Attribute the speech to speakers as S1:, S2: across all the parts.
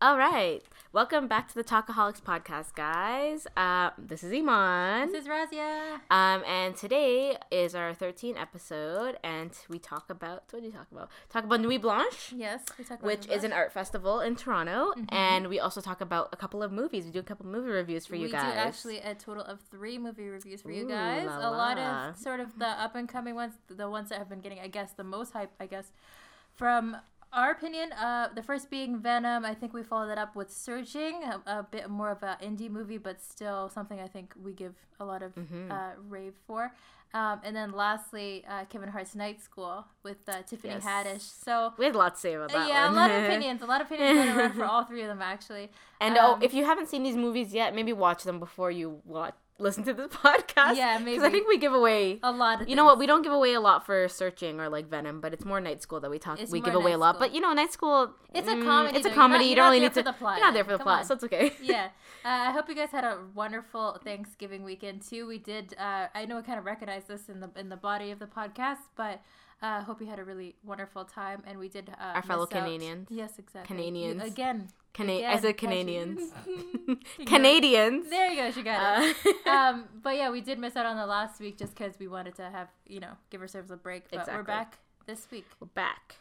S1: All right. Welcome back to the Talkaholics podcast, guys. Uh, this is Iman.
S2: This is Razia.
S1: Um, and today is our 13th episode, and we talk about what do you talk about? Talk about Nuit Blanche,
S2: Yes, we talk about
S1: which
S2: Nuit
S1: is an art festival in Toronto,
S2: Mm-hmm.
S1: and we also talk about a couple of movies. We do a couple movie reviews for
S2: Blanche.
S1: you
S2: we
S1: guys.
S2: do actually a total of three movie reviews for
S1: Ooh,
S2: you guys.
S1: la
S2: a lot
S1: la.
S2: of sort of the up and coming ones, the ones that have been getting, I guess, the most hype, I guess, from our opinion. Uh, the first being Venom. I think we followed that up with Searching, a, a bit more of an indie movie, but still something I think we give a lot of
S1: Mm-hmm.
S2: uh, rave for. Um, and then lastly, uh, Kevin Hart's Night School with uh, Tiffany
S1: Yes.
S2: Haddish. So.
S1: we had a lot to say about that.
S2: Uh, yeah,
S1: one.
S2: a lot of opinions. A lot of opinions going around for all three of them, actually.
S1: And oh,
S2: Um,
S1: if you haven't seen these movies yet, maybe watch them before you watch listen to this podcast.
S2: Yeah,
S1: Because I
S2: maybe.
S1: think we give away.
S2: a lot of
S1: You know what? We don't give away a lot for searching or like Venom, but it's more Night School that we talk.
S2: It's
S1: we
S2: more
S1: give away
S2: Night
S1: a lot,
S2: School.
S1: but you know, Night School. mm,
S2: It's a comedy,
S1: It's a
S2: though. You're
S1: comedy.
S2: not-
S1: you
S2: you're
S1: don't
S2: not
S1: really
S2: there
S1: need
S2: for
S1: to.
S2: the plot,
S1: You're not there
S2: then.
S1: for the
S2: Come
S1: plot,
S2: on.
S1: so it's okay.
S2: yeah uh, i hope you guys had a wonderful thanksgiving weekend too we did uh, i know we kind of recognize this in the in the body of the podcast but uh, hope you had a really wonderful time and we did uh,
S1: Our fellow
S2: miss out-
S1: Canadians.
S2: yes exactly You-
S1: Canadians.
S2: again
S1: Cana-
S2: again,
S1: I said
S2: got you.
S1: Canadians. Canadians.
S2: there you go she got
S1: Uh,
S2: it um, but yeah we did miss out on the last week just because we wanted to have you know give ourselves a break but
S1: Exactly.
S2: we're back this week
S1: We're back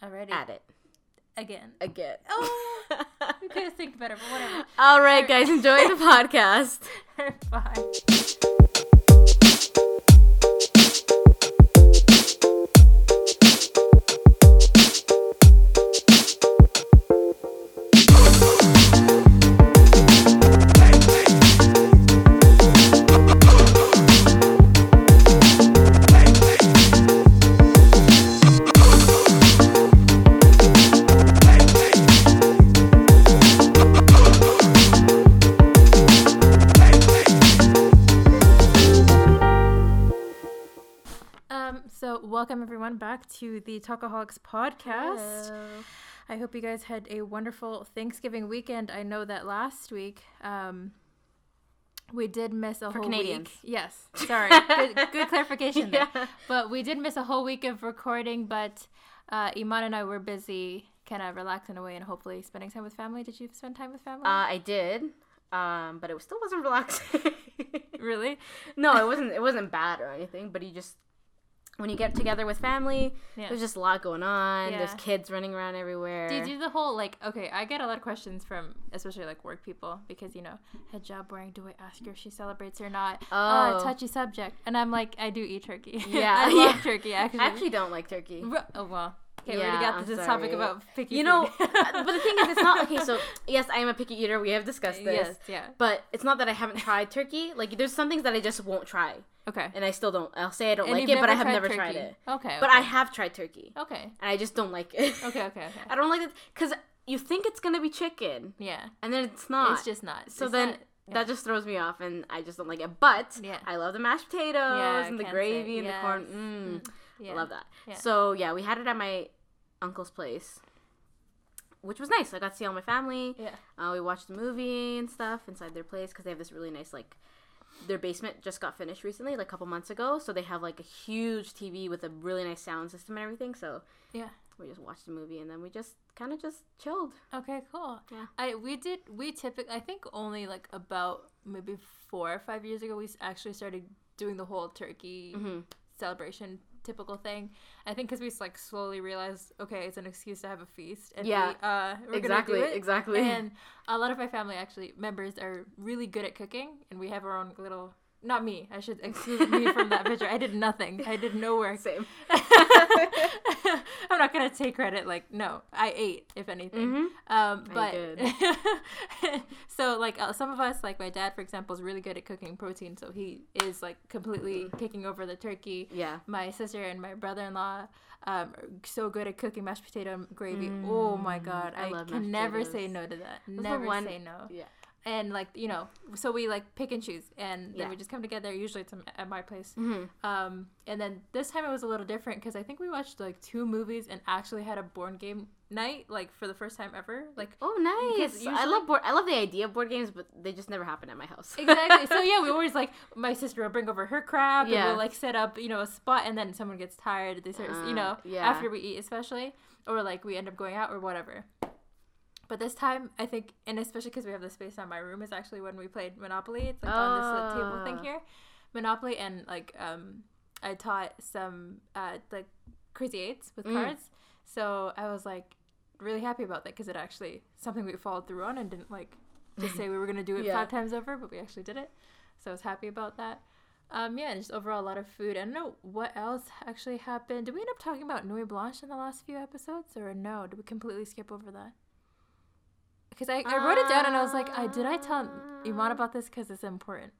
S2: already
S1: at it
S2: again
S1: again.
S2: Oh. we could have think better but whatever
S1: All right, guys, enjoy the podcast.
S2: Bye. Um, so welcome everyone back to the Talkaholics podcast.
S1: Uh,
S2: I hope you guys had a wonderful Thanksgiving weekend. I know that last week, um, we did miss a whole
S1: Canadians.
S2: week. Yes, sorry. good, good clarification there.
S1: Yeah.
S2: But we did miss a whole week of recording. But uh, Iman and I were busy, kind of relaxing away and hopefully spending time with family. Did you spend time with family?
S1: Uh, I did, um, but it still wasn't relaxing.
S2: really?
S1: no, it wasn't. It wasn't bad or anything. But you just when you get together with family,
S2: Yeah.
S1: there's just a lot going on. There's
S2: Yeah.
S1: kids running around everywhere.
S2: Do you do the whole like okay? I get a lot of questions from especially like work people because you know hijab wearing. Do I ask her if she celebrates or not? Oh,
S1: Oh.
S2: touchy subject. And I'm like, I do eat turkey.
S1: Yeah,
S2: I love
S1: yeah.
S2: turkey actually.
S1: I actually don't like turkey.
S2: Ru- oh well. Okay, we
S1: Yeah,
S2: already got
S1: I'm
S2: to this topic
S1: sorry.
S2: about picky.
S1: You know, uh,
S2: food.
S1: but the thing is, it's not okay. So yes, I am a picky eater. We have discussed this.
S2: Yes, yeah.
S1: But it's not that I haven't tried turkey. Like there's some things that I just won't try,
S2: okay.
S1: and I still don't. I'll say I don't
S2: And
S1: like
S2: you've
S1: it, but I have
S2: tried
S1: never
S2: turkey.
S1: tried it.
S2: Okay.
S1: But I have tried turkey,
S2: I okay.
S1: and I just don't like it.
S2: Okay. Okay. Okay.
S1: I don't like it because you think it's gonna be chicken,
S2: Yeah.
S1: and then it's not.
S2: It's just not.
S1: so
S2: it's
S1: then
S2: not- yeah.
S1: that just throws me off, and I just don't like it. But
S2: Yeah.
S1: I love the mashed potatoes
S2: Yeah, I
S1: and the
S2: can say,
S1: gravy and the corn.
S2: yes.
S1: Mm,
S2: yeah.
S1: I love that.
S2: Yeah.
S1: So yeah, we had it at my uncle's place, which was nice. I got to see all my family.
S2: Yeah.
S1: Uh, we watched a movie and stuff inside their place because they have this really nice like. Their basement just got finished recently, like a couple months ago. So they have like a huge TV with a really nice sound system and everything. So
S2: Yeah.
S1: we just watched a movie and then we just kind of just chilled.
S2: Okay, cool.
S1: Yeah.
S2: I we did we typically I think only like about maybe four or five years ago we s- actually started doing the whole turkey
S1: Mm-hmm.
S2: celebration typical thing. I think because we s- like slowly realized okay it's an excuse to have a feast and
S1: Yeah.
S2: we, uh, we're
S1: Exactly,
S2: gonna do it.
S1: exactly.
S2: And a lot of my family actually members are really good at cooking and we have our own little. Not me. I should exclude me from that picture. I did nothing. I did no work.
S1: Same.
S2: I'm not gonna take credit. Like, no, I ate, if anything.
S1: Mm-hmm.
S2: Um, but so, like, uh, some of us, like my dad, for example, is really good at cooking protein, so he is like completely
S1: Mm.
S2: taking over the turkey.
S1: Yeah.
S2: My sister and my brother-in-law um, are so good at cooking mashed potato and gravy. oh my god,
S1: Mm, I
S2: I,
S1: love mashed
S2: can never
S1: potatoes.
S2: say no to that.
S1: the
S2: never
S1: one-
S2: say no
S1: Yeah.
S2: and like you know so we like pick and choose and then
S1: Yeah.
S2: we just come together usually it's at my place
S1: Mm-hmm.
S2: um and then this time it was a little different because i think we watched like two movies and actually had a board game night like for the first time ever like
S1: Oh, nice!
S2: Because
S1: I
S2: usually-
S1: love board. I love the idea of board games, but they just never happen at my house.
S2: exactly so yeah we always like my sister will bring over her crap and
S1: Yeah.
S2: we'll like set up you know a spot and then someone gets tired they start
S1: Uh,
S2: you know
S1: yeah.
S2: after we eat especially or like we end up going out or whatever But this time, I think, and especially because we have the space on my room, is actually when we played Monopoly. It's like on this like, table
S1: Oh.
S2: thing here, Monopoly, and like um, I taught some uh like crazy eights with
S1: Mm.
S2: cards. So I was like really happy about that because it actually something we followed through on and didn't like just say we were gonna do it
S1: Yeah.
S2: five times over, but we actually did it. So I was happy about that. Um, yeah, and just overall a lot of food. I don't know what else actually happened. Did we end up talking about Nuit Blanche in the last few episodes, or no? Did we completely skip over that? Because I, I wrote it down and I was like, I did I tell Iman
S1: Um,
S2: about this because it's important.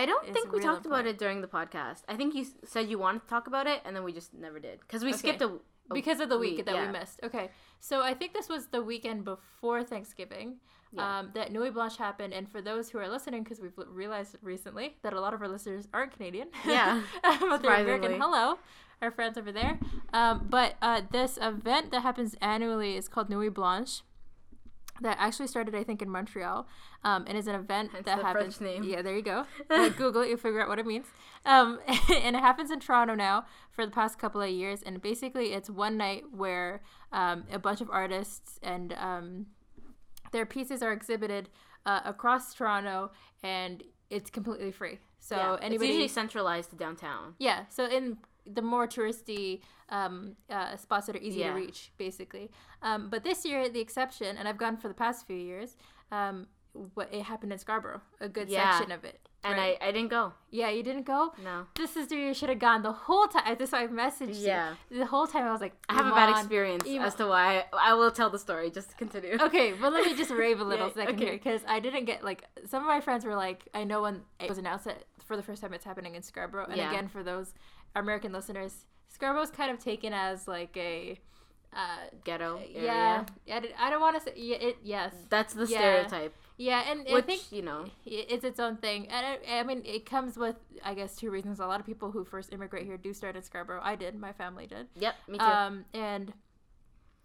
S1: I don't
S2: It's
S1: think we
S2: real
S1: talked about
S2: important.
S1: it during the podcast. I think you s- said you wanted to talk about it, and then we just never did because we
S2: Okay.
S1: skipped a. a-
S2: because of the week,
S1: week,
S2: that
S1: Oh, yeah.
S2: we missed. Okay, so I think this was the weekend before Thanksgiving
S1: Yeah.
S2: um, that Nuit Blanche happened. And for those who are listening, because we've l- realized recently that a lot of our listeners aren't Canadian,
S1: Yeah,
S2: but they're
S1: surprisingly.
S2: American. Hello, our friends over there. Um, but uh, this event that happens annually is called Nuit Blanche. That actually started, I think, in Montreal, um, and is an event
S1: Hence
S2: that
S1: the
S2: happens.
S1: French name.
S2: Yeah, there you go. Uh, Google it, you'll figure out what it means. Um, and it happens in Toronto now for the past couple of years. And basically, it's one night where um, a bunch of artists and um, their pieces are exhibited uh, across Toronto, and it's completely free. So
S1: Yeah.
S2: anybody,
S1: It's usually centralized to downtown.
S2: yeah. So in the more touristy um, uh, spots that are easy
S1: Yeah.
S2: to reach, basically. Um, but this year, the exception, and I've gone for the past few years. Um, what it happened in Scarborough, a good
S1: Yeah.
S2: section of it.
S1: And
S2: right?
S1: I, I didn't go.
S2: yeah, you didn't go
S1: No.
S2: this is where you should have gone the whole time. This is why I messaged
S1: Yeah.
S2: you. The whole time I was like,
S1: I have a bad
S2: "Iman,
S1: experience
S2: Iman."
S1: as to why. I will tell the story. Just to continue.
S2: Okay, but let me just rave a little
S1: Yeah,
S2: second
S1: okay.
S2: here because I didn't get like some of my friends were like, I know when it was announced that for the first time it's happening in Scarborough, and
S1: Yeah.
S2: again for those American listeners, Scarborough's kind of taken as like a, uh,
S1: Ghetto. Area.
S2: yeah, I, did, I don't want to say yeah, it, yes,
S1: That's the
S2: Yeah.
S1: stereotype.
S2: yeah, and
S1: Which
S2: I think
S1: you know.
S2: i- it's its own thing and I, I mean it comes with i guess two reasons a lot of people who first immigrate here do start in scarborough i did my family did
S1: Yep. Me too.
S2: um and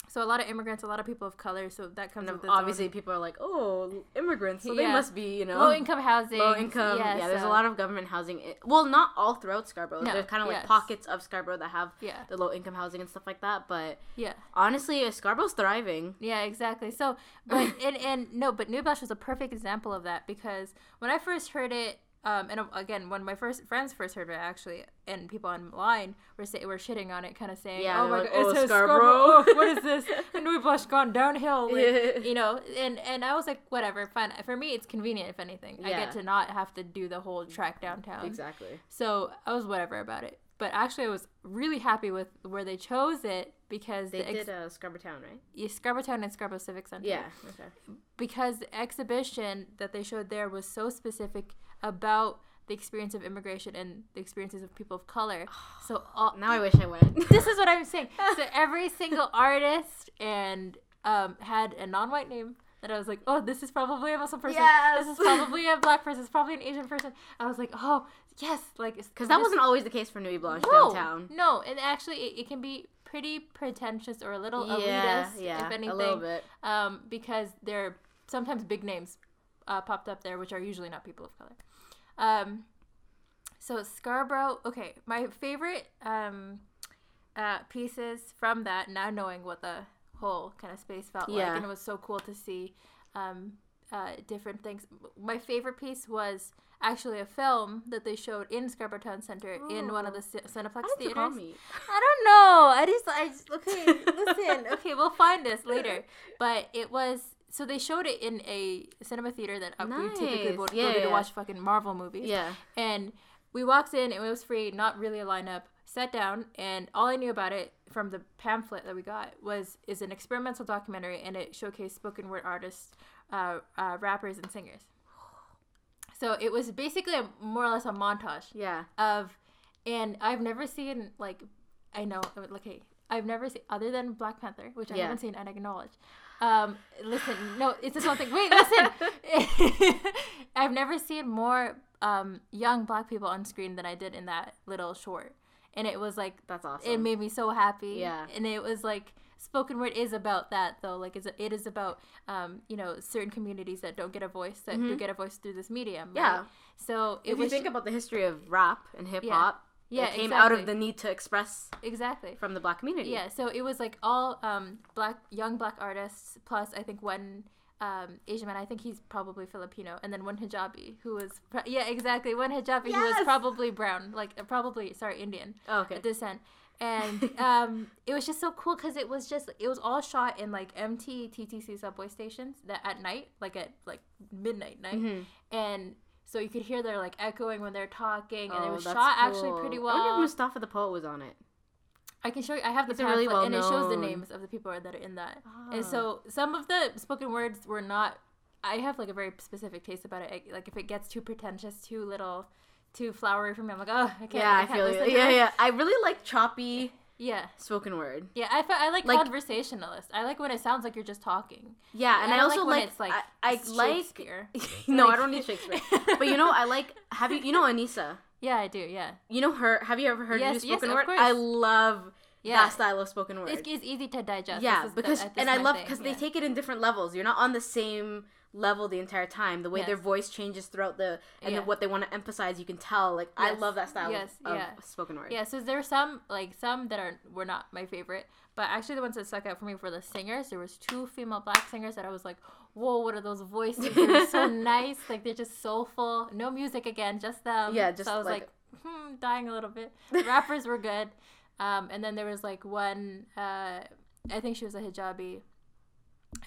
S2: so a lot of immigrants a lot of people of color so that comes
S1: and
S2: with
S1: ob-
S2: its
S1: obviously, people are like, "Oh, immigrants, so they
S2: Yeah.
S1: must be," you know.
S2: own low income housing
S1: low income. Yeah, there's a lot of government housing. i well, not all throughout Scarborough.
S2: No,
S1: There's kind of like
S2: yes.
S1: pockets of Scarborough that have
S2: Yeah.
S1: the low income housing and stuff like that. But
S2: yeah
S1: honestly, uh, Scarborough's thriving.
S2: Yeah, exactly. So, but and, and no, but New Blush was a perfect example of that because when I first heard it, um, and again, when my first friends first heard it, actually, and people online were say, were shitting on it, kind of saying,
S1: Yeah,
S2: "Oh
S1: they're
S2: my
S1: like,
S2: god,
S1: "Oh,
S2: it's a
S1: Scarborough."
S2: Scarborough. what is this? And New Blush gone downhill." Like, you know, and and I was like, "Whatever, fine." For me, it's convenient. If anything, I
S1: Yeah.
S2: get to not have to do the whole track downtown.
S1: Exactly.
S2: So I was whatever about it. But actually, I was really happy with where they chose it because
S1: They
S2: the ex-
S1: did uh, Scarborough Town, right?
S2: yeah, Scarborough Town and Scarborough Civic Center
S1: Yeah. Okay.
S2: because the exhibition that they showed there was so specific about the experience of immigration and the experiences of people of color. So all,
S1: Now I wish I went.
S2: this is what I'm saying. So every single artist and um, had a non-white name that I was like, oh, this is probably a Muslim person. This is probably a black person. It's probably an Asian person. I was like, oh, yes, like
S1: Because that wasn't always the case for Nuit Blanche
S2: no,
S1: downtown.
S2: No, and actually, it, it can be pretty pretentious or a little
S1: Yeah,
S2: elitist,
S1: yeah,
S2: if anything
S1: a little bit.
S2: um, because there are sometimes big names uh, popped up there, which are usually not people of color. Um, so Scarborough, okay, my favorite um, uh, pieces from that. Now knowing what the whole kind of space felt
S1: Yeah.
S2: like, and it was so cool to see um, uh, different things. My favorite piece was actually a film that they showed in Scarborough Town Center in one of the Cin- Cineplex
S1: Why did you call
S2: theaters.
S1: me?
S2: I don't know. I just, I just, okay, listen. Okay, we'll find this later. But it was, so they showed it in a cinema theater that uh, we typically
S1: Nice.
S2: would
S1: Yeah,
S2: go to
S1: yeah.
S2: to watch fucking Marvel movies.
S1: Yeah.
S2: And we walked in, and it was free, not really a lineup. Sat down, and all I knew about it from the pamphlet that we got was is an experimental documentary, and it showcased spoken word artists, uh, uh, rappers, and singers. So it was basically a, more or less a montage
S1: Yeah.
S2: of and I've never seen like I know okay I've never seen other than Black Panther which I
S1: Yeah.
S2: haven't seen and acknowledge um listen no it's just one thing wait listen I've never seen more um young black people on screen than I did in that little short and it was like
S1: That's awesome.
S2: it made me so happy
S1: Yeah.
S2: and it was like spoken word is about that though like it's, it is about um you know certain communities that don't get a voice that do get a voice through this medium right?
S1: Mm-hmm. Yeah.
S2: so it
S1: if you
S2: was
S1: think about the history of rap and hip hop, Yeah,
S2: Yeah,
S1: it came out of the
S2: exactly.
S1: need to express
S2: Exactly.
S1: from the black community.
S2: Yeah, so it was like all um, black young black artists plus I think one um, Asian man. I think he's probably Filipino, and then one hijabi who was pro- yeah exactly one hijabi who was
S1: Yes!
S2: probably brown, like uh, probably sorry Indian
S1: Oh, okay.
S2: descent. And um, it was just so cool because it was just it was all shot in like MT TTC subway stations that at night, like at like midnight night,
S1: Mm-hmm.
S2: and so you could hear they're like echoing when they're talking, and it
S1: Oh,
S2: was
S1: that's
S2: shot actually pretty
S1: cool.
S2: well.
S1: I wonder if Mustafa the poet was on it.
S2: I can show you. I have the
S1: It's a really
S2: pamphlet, and it shows the
S1: well-known- Ah.
S2: names of the people that are in that. And so some of the spoken words were not. I have like a very specific taste about it. I, like if it gets too pretentious, too little, too flowery for me, I'm like, oh, I can't.
S1: yeah, I,
S2: can't
S1: feel
S2: listen
S1: you.
S2: to
S1: Yeah,
S2: this."
S1: yeah. I really like choppy
S2: yeah,
S1: spoken word.
S2: yeah. I, fe- I like,
S1: Like-
S2: conversationalist. I like when it sounds like you're just talking.
S1: Yeah, and I,
S2: don't
S1: also
S2: when
S1: like,
S2: it's like
S1: I, I like
S2: Shakespeare.
S1: no, I
S2: Like-
S1: don't need Shakespeare. but you know, I like have you you know Anissa.
S2: yeah, I do. Yeah,
S1: You know her. Have you ever heard her
S2: Yes,
S1: do
S2: yes,
S1: spoken
S2: of
S1: word?
S2: course.
S1: I love
S2: yeah.
S1: that style of spoken word.
S2: It's, it's easy to digest.
S1: yeah,
S2: This is the-
S1: because
S2: uh, this
S1: and
S2: is
S1: I
S2: my
S1: love
S2: thing,
S1: because
S2: yeah.
S1: they take it in different levels. You're not on the same level the entire time. The way their
S2: Yes.
S1: voice changes throughout the and
S2: Yeah.
S1: then what they want to emphasize, you can tell. Like I
S2: Yes,
S1: love that style
S2: yes,
S1: of, of
S2: yeah.
S1: spoken word.
S2: Yeah, so there were some like some that are were not my favorite, but actually the ones that stuck out for me were the singers. There was two female black singers that I was like, "Whoa, what are those voices? They're so nice. Like they're just soulful. No music again, just them."
S1: Yeah, just,
S2: so I was like,
S1: like-
S2: hmm, dying a little bit. The rappers were good, um, and then there was like one. Uh, I think she was a hijabi,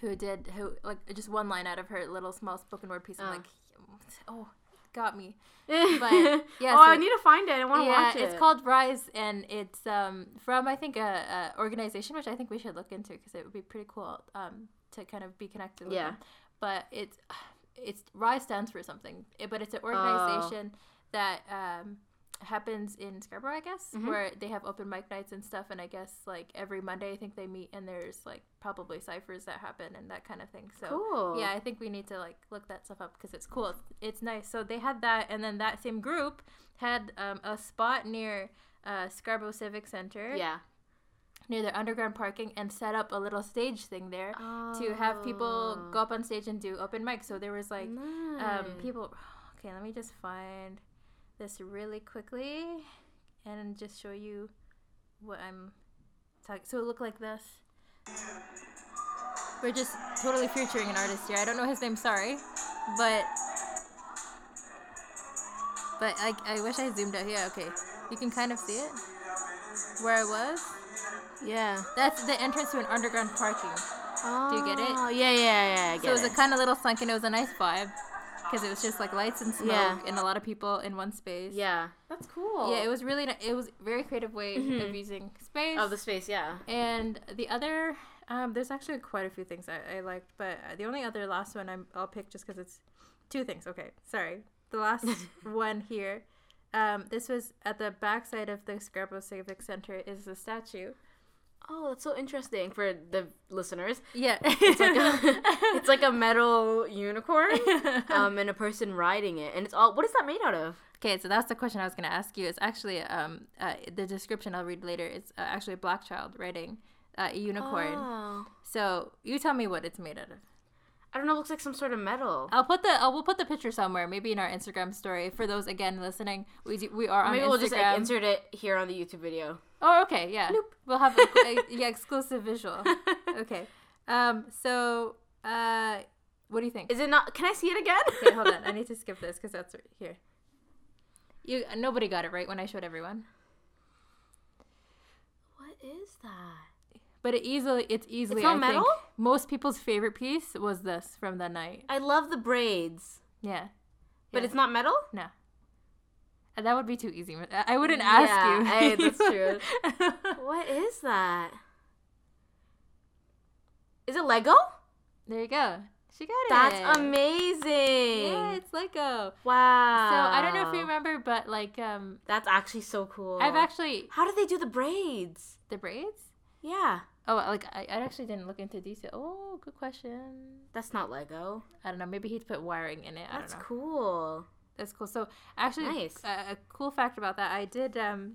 S2: who did who like just one line out of her little small spoken word piece. I'm
S1: Oh.
S2: like, oh, got me.
S1: but
S2: yeah,
S1: oh, I
S2: so-
S1: need to find it. I want to
S2: yeah,
S1: watch it.
S2: it's called Rise, and it's um, from I think a, a organization which I think we should look into because it would be pretty cool um, to kind of be connected. with
S1: Yeah.
S2: them. but it's it's Rise stands for something, it, but
S1: Oh.
S2: it's an organization that um, happens in Scarborough, I guess,
S1: Mhm.
S2: where they have open mic nights and stuff, and I guess like every Monday I think they meet, and there's like probably ciphers that happen and that kind of thing. So
S1: cool.
S2: yeah, I think we need to like look that stuff up because it's cool. It's, it's nice. So they had that, and then that same group had um, a spot near uh, Scarborough Civic Center,
S1: yeah.
S2: near their underground parking, and set up a little stage thing there to have people
S1: Oh.
S2: go up on stage and do open mic. So there was like
S1: Nice.
S2: um, people. Okay, let me just find this really quickly and just show you what I'm talking. So it looked like this. We're just totally featuring an artist here. I don't know his name. Sorry, but but I I wish I zoomed out. Yeah, okay. You can kind of see it where I was.
S1: Yeah.
S2: That's the entrance to an underground parking.
S1: Oh,
S2: you get it?
S1: Yeah, yeah, yeah. I get
S2: So it was
S1: it.
S2: a kind of little sunk, and it was a nice vibe because it was just like lights and smoke
S1: Yeah.
S2: and a lot of people in one space.
S1: yeah. That's cool.
S2: yeah, it was really ni- it was a very creative way
S1: Mm-hmm.
S2: of using space.
S1: of Oh, the space. Yeah.
S2: and the other, um, there's actually quite a few things I, I liked, but uh, the only other last one I'm, I'll pick just because it's two things. Okay, sorry. The last one here. Um, this was at the backside of the Scarborough Civic Center is the statue.
S1: Oh, that's so interesting for the listeners.
S2: Yeah,
S1: It's like a, it's like a metal unicorn, um, and a person riding it, and it's all. What is that made out of?
S2: Okay, so that's the question I was going to ask you. It's actually um, uh, the description I'll read later. It's uh, actually a black child riding uh, a unicorn.
S1: Oh.
S2: So you tell me what it's made out of.
S1: I don't know. It looks like some sort of metal.
S2: I'll put the uh, we'll put the picture somewhere, maybe in our Instagram story. For those again listening, we do, we are on
S1: Maybe
S2: Instagram.
S1: we'll just like, insert it here on the YouTube video.
S2: oh, okay, yeah, we'll have a, a- yeah exclusive visual. Okay, um, so uh, what do you think?
S1: Is it not? Can I see it again?
S2: okay, hold on, I need to skip this because that's here. You nobody got it right when I showed everyone.
S1: What is that?
S2: But it easily, it's easily.
S1: not
S2: I
S1: metal?
S2: Think most people's favorite piece was this from that night.
S1: I love the braids,
S2: Yeah,
S1: but
S2: Yeah.
S1: it's not metal.
S2: no, Uh, that would be too easy. I- I wouldn't ask
S1: Yeah,
S2: you.
S1: I- that's true. What is that? Is it Lego?
S2: there you go. She got it.
S1: That's amazing.
S2: Yeah, it's Lego.
S1: Wow.
S2: So I don't know if you remember, but like, um,
S1: That's actually so cool.
S2: I've actually
S1: How do they do the braids?
S2: the braids.
S1: Yeah.
S2: Oh, like I, I actually didn't look into detail. Oh, good question.
S1: That's not Lego.
S2: I don't know. Maybe he'd put wiring in it. I don't
S1: That's
S2: know.
S1: cool.
S2: That's cool. So actually,
S1: Nice.
S2: a, a cool fact about that, I did. Um,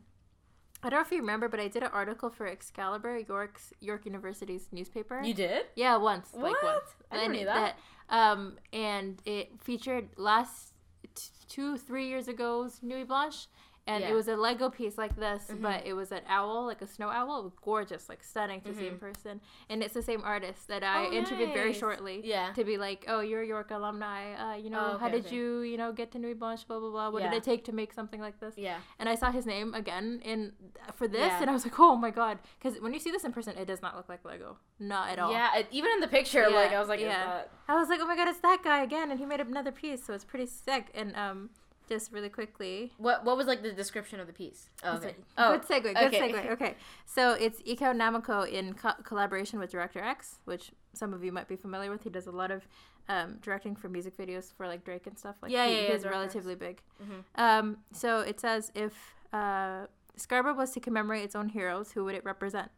S2: I don't know if you remember, but I did an article for Excalibur, York's York University's newspaper.
S1: did?
S2: yeah, once, like
S1: What?
S2: once.
S1: I didn't read
S2: And
S1: that.
S2: Um, and it featured last t- two, three years ago's Nuit Blanche, and
S1: Yeah.
S2: it was a Lego piece like this, but
S1: Mhm.
S2: it was an owl, like a snow owl, It was gorgeous, like stunning to see in
S1: Mhm.
S2: person. And it's the same artist that I
S1: Oh,
S2: interviewed very
S1: nice.
S2: shortly
S1: Yeah.
S2: to be like, oh, you're a York alumni. Uh, you know,
S1: Oh,
S2: how
S1: okay,
S2: did
S1: okay.
S2: you, you know, get to New Bunch? Blah blah blah. What did
S1: Yeah.
S2: it take to make something like this?
S1: Yeah.
S2: And I saw his name again in for this,
S1: Yeah.
S2: and I was like, oh my god, because when you see this in person, it does not look like Lego, not at all.
S1: Yeah. it- even in the picture,
S2: Yeah,
S1: like I was like, uh,
S2: yeah.
S1: yeah.
S2: I was like, oh my god, it's that guy again, and he made another piece, so it's pretty sick. And um, just really quickly,
S1: what what was like the description of the piece? Oh, okay.
S2: Good
S1: Oh,
S2: segue. Good
S1: okay.
S2: segue. Okay. So it's Iko Namiko in co- collaboration with Director X, which some of you might be familiar with. He does a lot of um, directing for music videos for like Drake and stuff. Like
S1: Yeah,
S2: he,
S1: yeah, yeah,
S2: he's
S1: Director X.
S2: relatively big.
S1: Mhm.
S2: Um, so it says if uh, Scarborough was to commemorate its own heroes, who would it represent?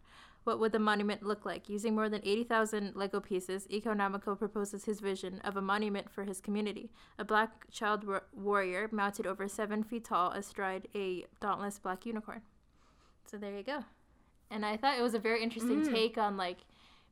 S2: What would the monument look like? Using more than 80,000 Lego pieces, Economico proposes his vision of a monument for his community. A black child wa- warrior mounted over seven feet tall astride a dauntless black unicorn. So there you go. And I thought it was a very interesting
S1: Mm.
S2: take on, like,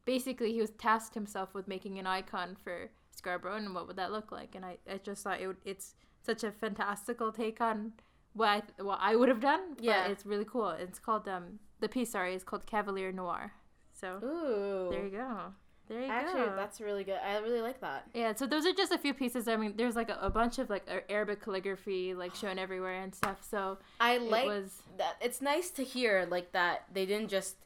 S2: basically he was tasked himself with making an icon for Scarborough and what would that look like? And I, I just thought it would, it's such a fantastical take on what I, th- what I would have done. But
S1: Yeah.
S2: It's really cool. It's called, um, the piece, sorry, is called Cavalier Noir. So
S1: Ooh.
S2: there you go. There you
S1: Actually,
S2: go.
S1: that's really good. I really like that.
S2: Yeah, so those are just a few pieces. I mean, there's like a, a bunch of like a- Arabic calligraphy like shown everywhere and stuff. So
S1: I
S2: it
S1: like
S2: was
S1: that. It's nice to hear like that. They didn't just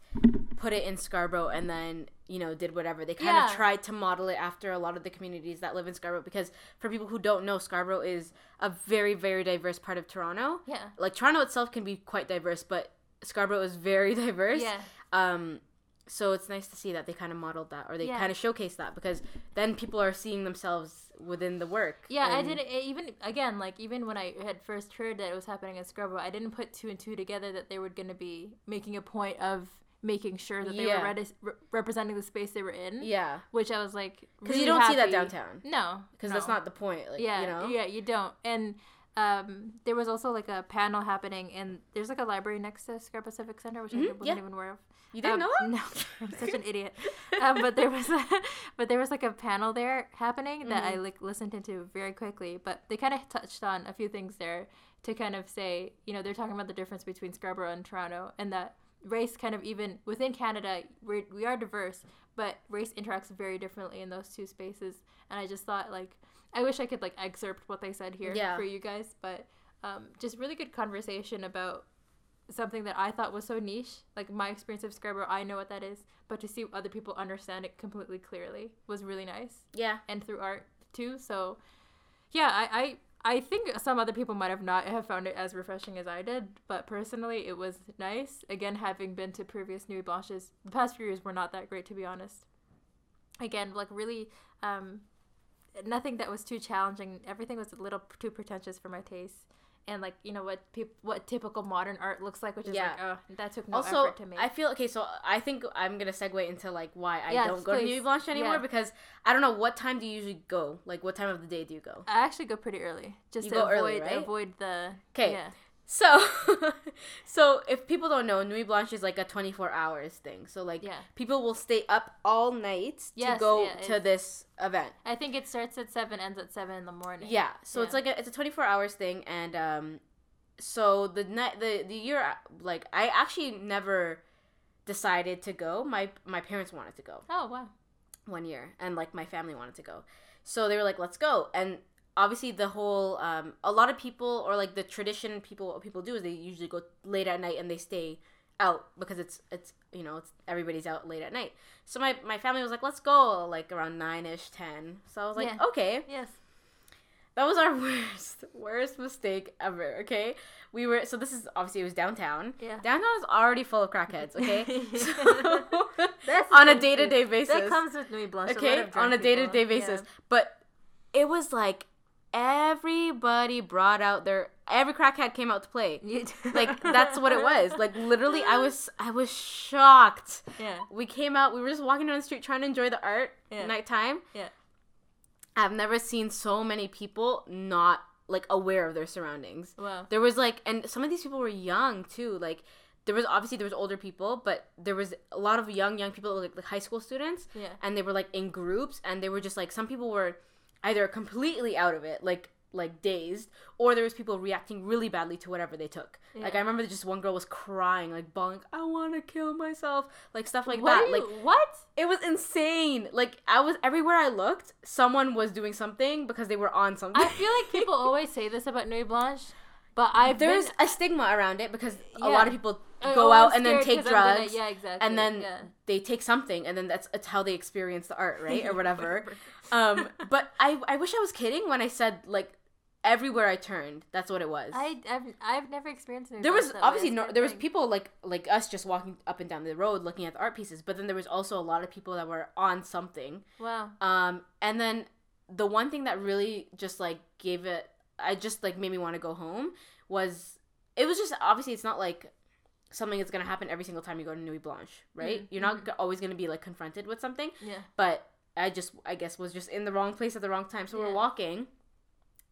S1: put it in Scarborough and then you know did whatever. They kind
S2: Yeah.
S1: of tried to model it after a lot of the communities that live in Scarborough because for people who don't know, Scarborough is a very very diverse part of Toronto.
S2: yeah,
S1: Like Toronto itself can be quite diverse, but Scarborough is very diverse.
S2: yeah,
S1: Um, so it's nice to see that they kind of modeled that or they
S2: Yeah.
S1: kind of showcased that because then people are seeing themselves within the work.
S2: yeah. I
S1: and-
S2: didn't it even again like even when I had first heard that it was happening in Scarborough, I didn't put two and two together that they were going to be making a point of making sure that they
S1: Yeah.
S2: were redis- re- representing the space they were in.
S1: Yeah,
S2: Which I was like,
S1: because
S2: really
S1: you don't see that
S2: happy.
S1: downtown
S2: No,
S1: because
S2: no.
S1: that's not the point. Like,
S2: yeah,
S1: you know.
S2: yeah, you don't. And um, there was also like a panel happening, and there's like a library next to Scarborough Civic Center, which I
S1: Mhm,
S2: wasn't
S1: yeah.
S2: even aware of.
S1: You didn't
S2: Um,
S1: know that?
S2: No, I'm such an idiot. Um, but there was, a, but there was like a panel there happening that
S1: Mm-hmm.
S2: I like listened into very quickly. But they kind of touched on a few things there to kind of say, you know, they're talking about the difference between Scarborough and Toronto, and that race kind of even within Canada, we're, we are diverse, but race interacts very differently in those two spaces. And I just thought like, I wish I could like excerpt what they said here
S1: Yeah.
S2: for you guys, but um, just really good conversation about something that I thought was so niche. Like my experience of Scarborough, I know what that is, but to see other people understand it completely clearly was really nice,
S1: yeah.
S2: and through art too. So, yeah, I I, I think some other people might have not have found it as refreshing as I did, but personally, it was nice. Again, having been to previous Nuit Blanches, the past few years were not that great to be honest. Again, like really. Um, nothing that was too challenging. Everything was a little too pretentious for my taste. And like you know what peop- what typical modern art looks like, which is like
S1: Yeah.
S2: oh that took no
S1: also,
S2: effort to make.
S1: I feel okay. So I think I'm gonna segue into like why I
S2: Yes,
S1: don't go to
S2: please.
S1: New Blanche anymore
S2: Yeah.
S1: because I don't know what time do you usually go. Like, what time of the day do you go?
S2: I actually go pretty early just
S1: You
S2: to
S1: go
S2: avoid
S1: early, right?
S2: avoid the
S1: 'Kay.
S2: Yeah.
S1: So, so if people don't know, Nuit Blanche is like a 24 hours thing. So like,
S2: Yeah.
S1: people will stay up all night to
S2: Yes,
S1: go
S2: yeah,
S1: to
S2: it's-
S1: this event.
S2: I think it starts at seven, ends at seven in the morning.
S1: Yeah, so it's
S2: Yeah.
S1: like a, it's a 24 hours thing, and um, so the night the the year like I actually never decided to go. My my parents wanted to go
S2: Oh wow.
S1: one year, and like my family wanted to go, so they were like, let's go. And obviously the whole um, a lot of people or like the tradition people what people do is they usually go late at night and they stay out because it's it's you know it's everybody's out late at night. So my my family was like, let's go like around nine ish ten. So I was like,
S2: Yeah.
S1: okay.
S2: Yes.
S1: That was our worst, worst mistake ever, okay? We were, so this is obviously it was downtown.
S2: Yeah.
S1: Downtown is already full of crackheads, okay? So, on a day to day basis.
S2: That comes with Nuit Blanche.
S1: okay? On a day to day basis. But it was like everybody brought out their, every crackhead came out to play. Like, that's what it was. Like, literally, I was, I was shocked.
S2: Yeah.
S1: We came out, we were just walking down the street trying to enjoy the art
S2: Yeah.
S1: nighttime.
S2: Yeah.
S1: I've never seen so many people not like aware of their surroundings.
S2: Wow.
S1: There was like, and some of these people were young too. Like, there was obviously there was older people, but there was a lot of young young people, like, like high school students,
S2: Yeah.
S1: and they were like in groups, and they were just like some people were either completely out of it, like like dazed or there was people reacting really badly to whatever they took like i remember just one girl was crying like bawling i want to kill myself like stuff like
S2: what?
S1: that
S2: are
S1: like
S2: you- what?
S1: it was insane like i was everywhere i looked someone was doing something because they were on something
S2: I feel like people always say this about Nuit Blanche, but I've
S1: there's
S2: been,
S1: a stigma around it because
S2: Yeah.
S1: a lot of people
S2: I'm
S1: go
S2: always
S1: out and then
S2: scared
S1: take
S2: 'cause I'm gonna-
S1: drugs
S2: yeah, exactly.
S1: and then
S2: yeah.
S1: they take something and then that's, that's how they experience the art right or whatever um but i i wish i was kidding when i said like everywhere i turned that's what it was
S2: I I've, I've never experienced Nuit
S1: there
S2: Blanche
S1: was
S2: that way.
S1: obviously
S2: It's
S1: no,
S2: been
S1: there was
S2: like-
S1: people like like us just walking up and down the road looking at the art pieces but then there was also a lot of people that were on something
S2: Wow.
S1: um and then the one thing that really just like gave it i just like made me want to go home was it was just obviously it's not like something that's going to happen every single time you go to nuit blanche right
S2: Mhm,
S1: you're not g- always going to be like confronted with something
S2: Yeah.
S1: but I just I guess was just in the wrong place at the wrong time. So
S2: Yeah.
S1: we're walking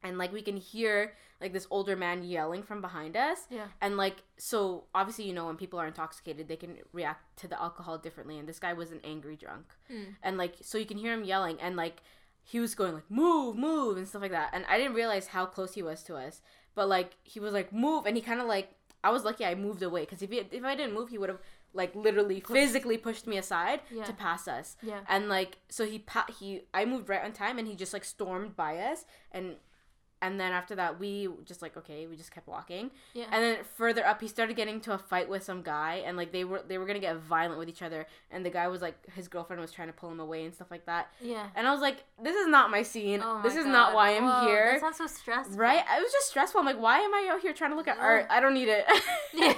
S1: and like we can hear like this older man yelling from behind us.
S2: Yeah.
S1: And like so obviously you know when people are intoxicated they can react to the alcohol differently and this guy was an angry drunk.
S2: Mm.
S1: And like so you can hear him yelling and like he was going like move, move and stuff like that. And I didn't realize how close he was to us. But like he was like move and he kind of like I was lucky I moved away cuz if he, if I didn't move he would have like literally physically pushed me aside
S2: Yeah.
S1: to pass us
S2: Yeah.
S1: and like so he pa- he i moved right on time and he just like stormed by us and and then after that we just like okay we just kept walking
S2: Yeah.
S1: and then further up he started getting into a fight with some guy and like they were they were gonna get violent with each other and the guy was like his girlfriend was trying to pull him away and stuff like that
S2: yeah.
S1: and i was like this is not my scene
S2: Oh my
S1: this is not
S2: God.
S1: why i'm
S2: Whoa,
S1: here
S2: That sounds so stressful.
S1: right i was just stressful i'm like why am i out here trying to look at
S2: Ugh.
S1: art i don't need it
S2: Yeah.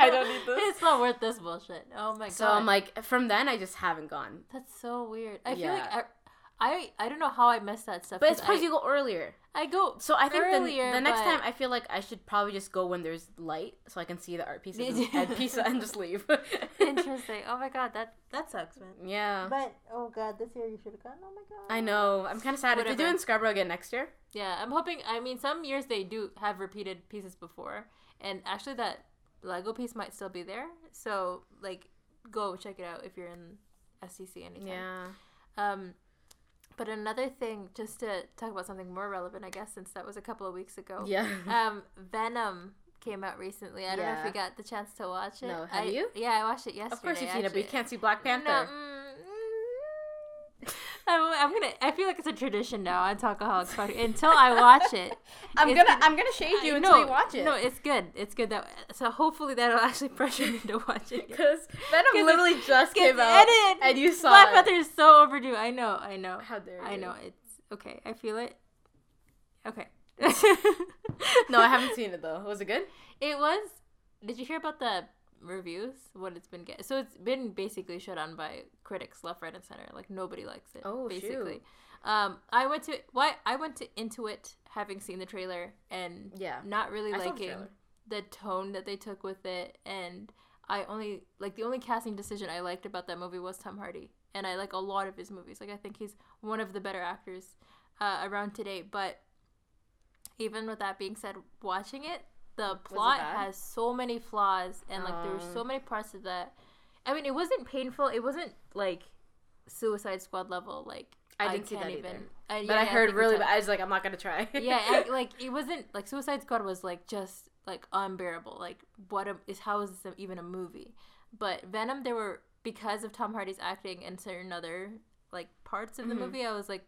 S1: i don't need this
S2: It's not worth this bullshit. Oh my god.
S1: so i'm like from then i just haven't gone
S2: That's so weird. I feel
S1: Yeah.
S2: like I, I I don't know how I missed that stuff.
S1: but it's
S2: 'cause
S1: because you go earlier
S2: I, I go.
S1: So I think
S2: earlier,
S1: the, the next
S2: but-
S1: time I feel like I should probably just go when there's light so I can see the art pieces and, and piece and just leave.
S2: Interesting. Oh my god, that that sucks, man.
S1: yeah.
S2: But oh god, this year you should have gone. Oh my god.
S1: I know. I'm kind of sad. If they do
S2: Whatever.
S1: it in Scarborough again next year,
S2: Yeah, I'm hoping. I mean, some years they do have repeated pieces before, and actually that Lego piece might still be there. So like, go check it out if you're in SCC anytime.
S1: yeah.
S2: Um, but another thing, just to talk about something more relevant, I guess, since that was a couple of weeks ago.
S1: Yeah.
S2: Um, Venom came out recently. I don't know if
S1: Yeah.
S2: you got the chance to watch it.
S1: No, have
S2: I-
S1: you?
S2: Yeah, I watched it yesterday.
S1: of course you've seen it, but
S2: actually.
S1: you can't see Black Panther.
S2: No, mm, mm. I'm, I'm gonna. I feel like it's a tradition now on Talkaholics Podcast. Until I watch it,
S1: I'm
S2: It's
S1: gonna
S2: good.
S1: I'm gonna shade you
S2: I-
S1: until you watch it.
S2: No, it's good. It's good that. So hopefully that'll actually pressure me to watch it.
S1: because Venom literally just
S2: It's
S1: came out
S2: edited.
S1: and you saw
S2: Black
S1: it.
S2: Panther is so overdue. I know. I know.
S1: How dare
S2: I
S1: you.
S2: know. It's okay. I feel it. Okay.
S1: No, I haven't seen it though. Was it good?
S2: It was. Did you hear about the reviews? What it's been getting? So it's been basically shut down by critics left, right, and center. Like nobody likes it.
S1: Oh,
S2: basically. Um, I went to why I went to into it having seen the trailer and
S1: Yeah.
S2: not really
S1: I saw the
S2: liking
S1: trailer.
S2: the tone that they took with it and I only like the only casting decision I liked about that movie was Tom Hardy and I like a lot of his movies like I think he's one of the better actors uh, around today but even with that being said watching it the plot
S1: bad? Uh.
S2: has so many flaws and like there were so many parts of that I mean it wasn't painful it wasn't like Suicide Squad level like
S1: I didn't see that either.
S2: I,
S1: But
S2: yeah,
S1: I heard
S2: think we
S1: really.
S2: talked-
S1: bad. I was like, I'm not gonna try.
S2: yeah, I, like it wasn't like Suicide Squad was like just like unbearable. Like what a, is how is this even a movie? But Venom, there were because of Tom Hardy's acting and certain other like parts of the
S1: Mm-hmm.
S2: movie, I was like,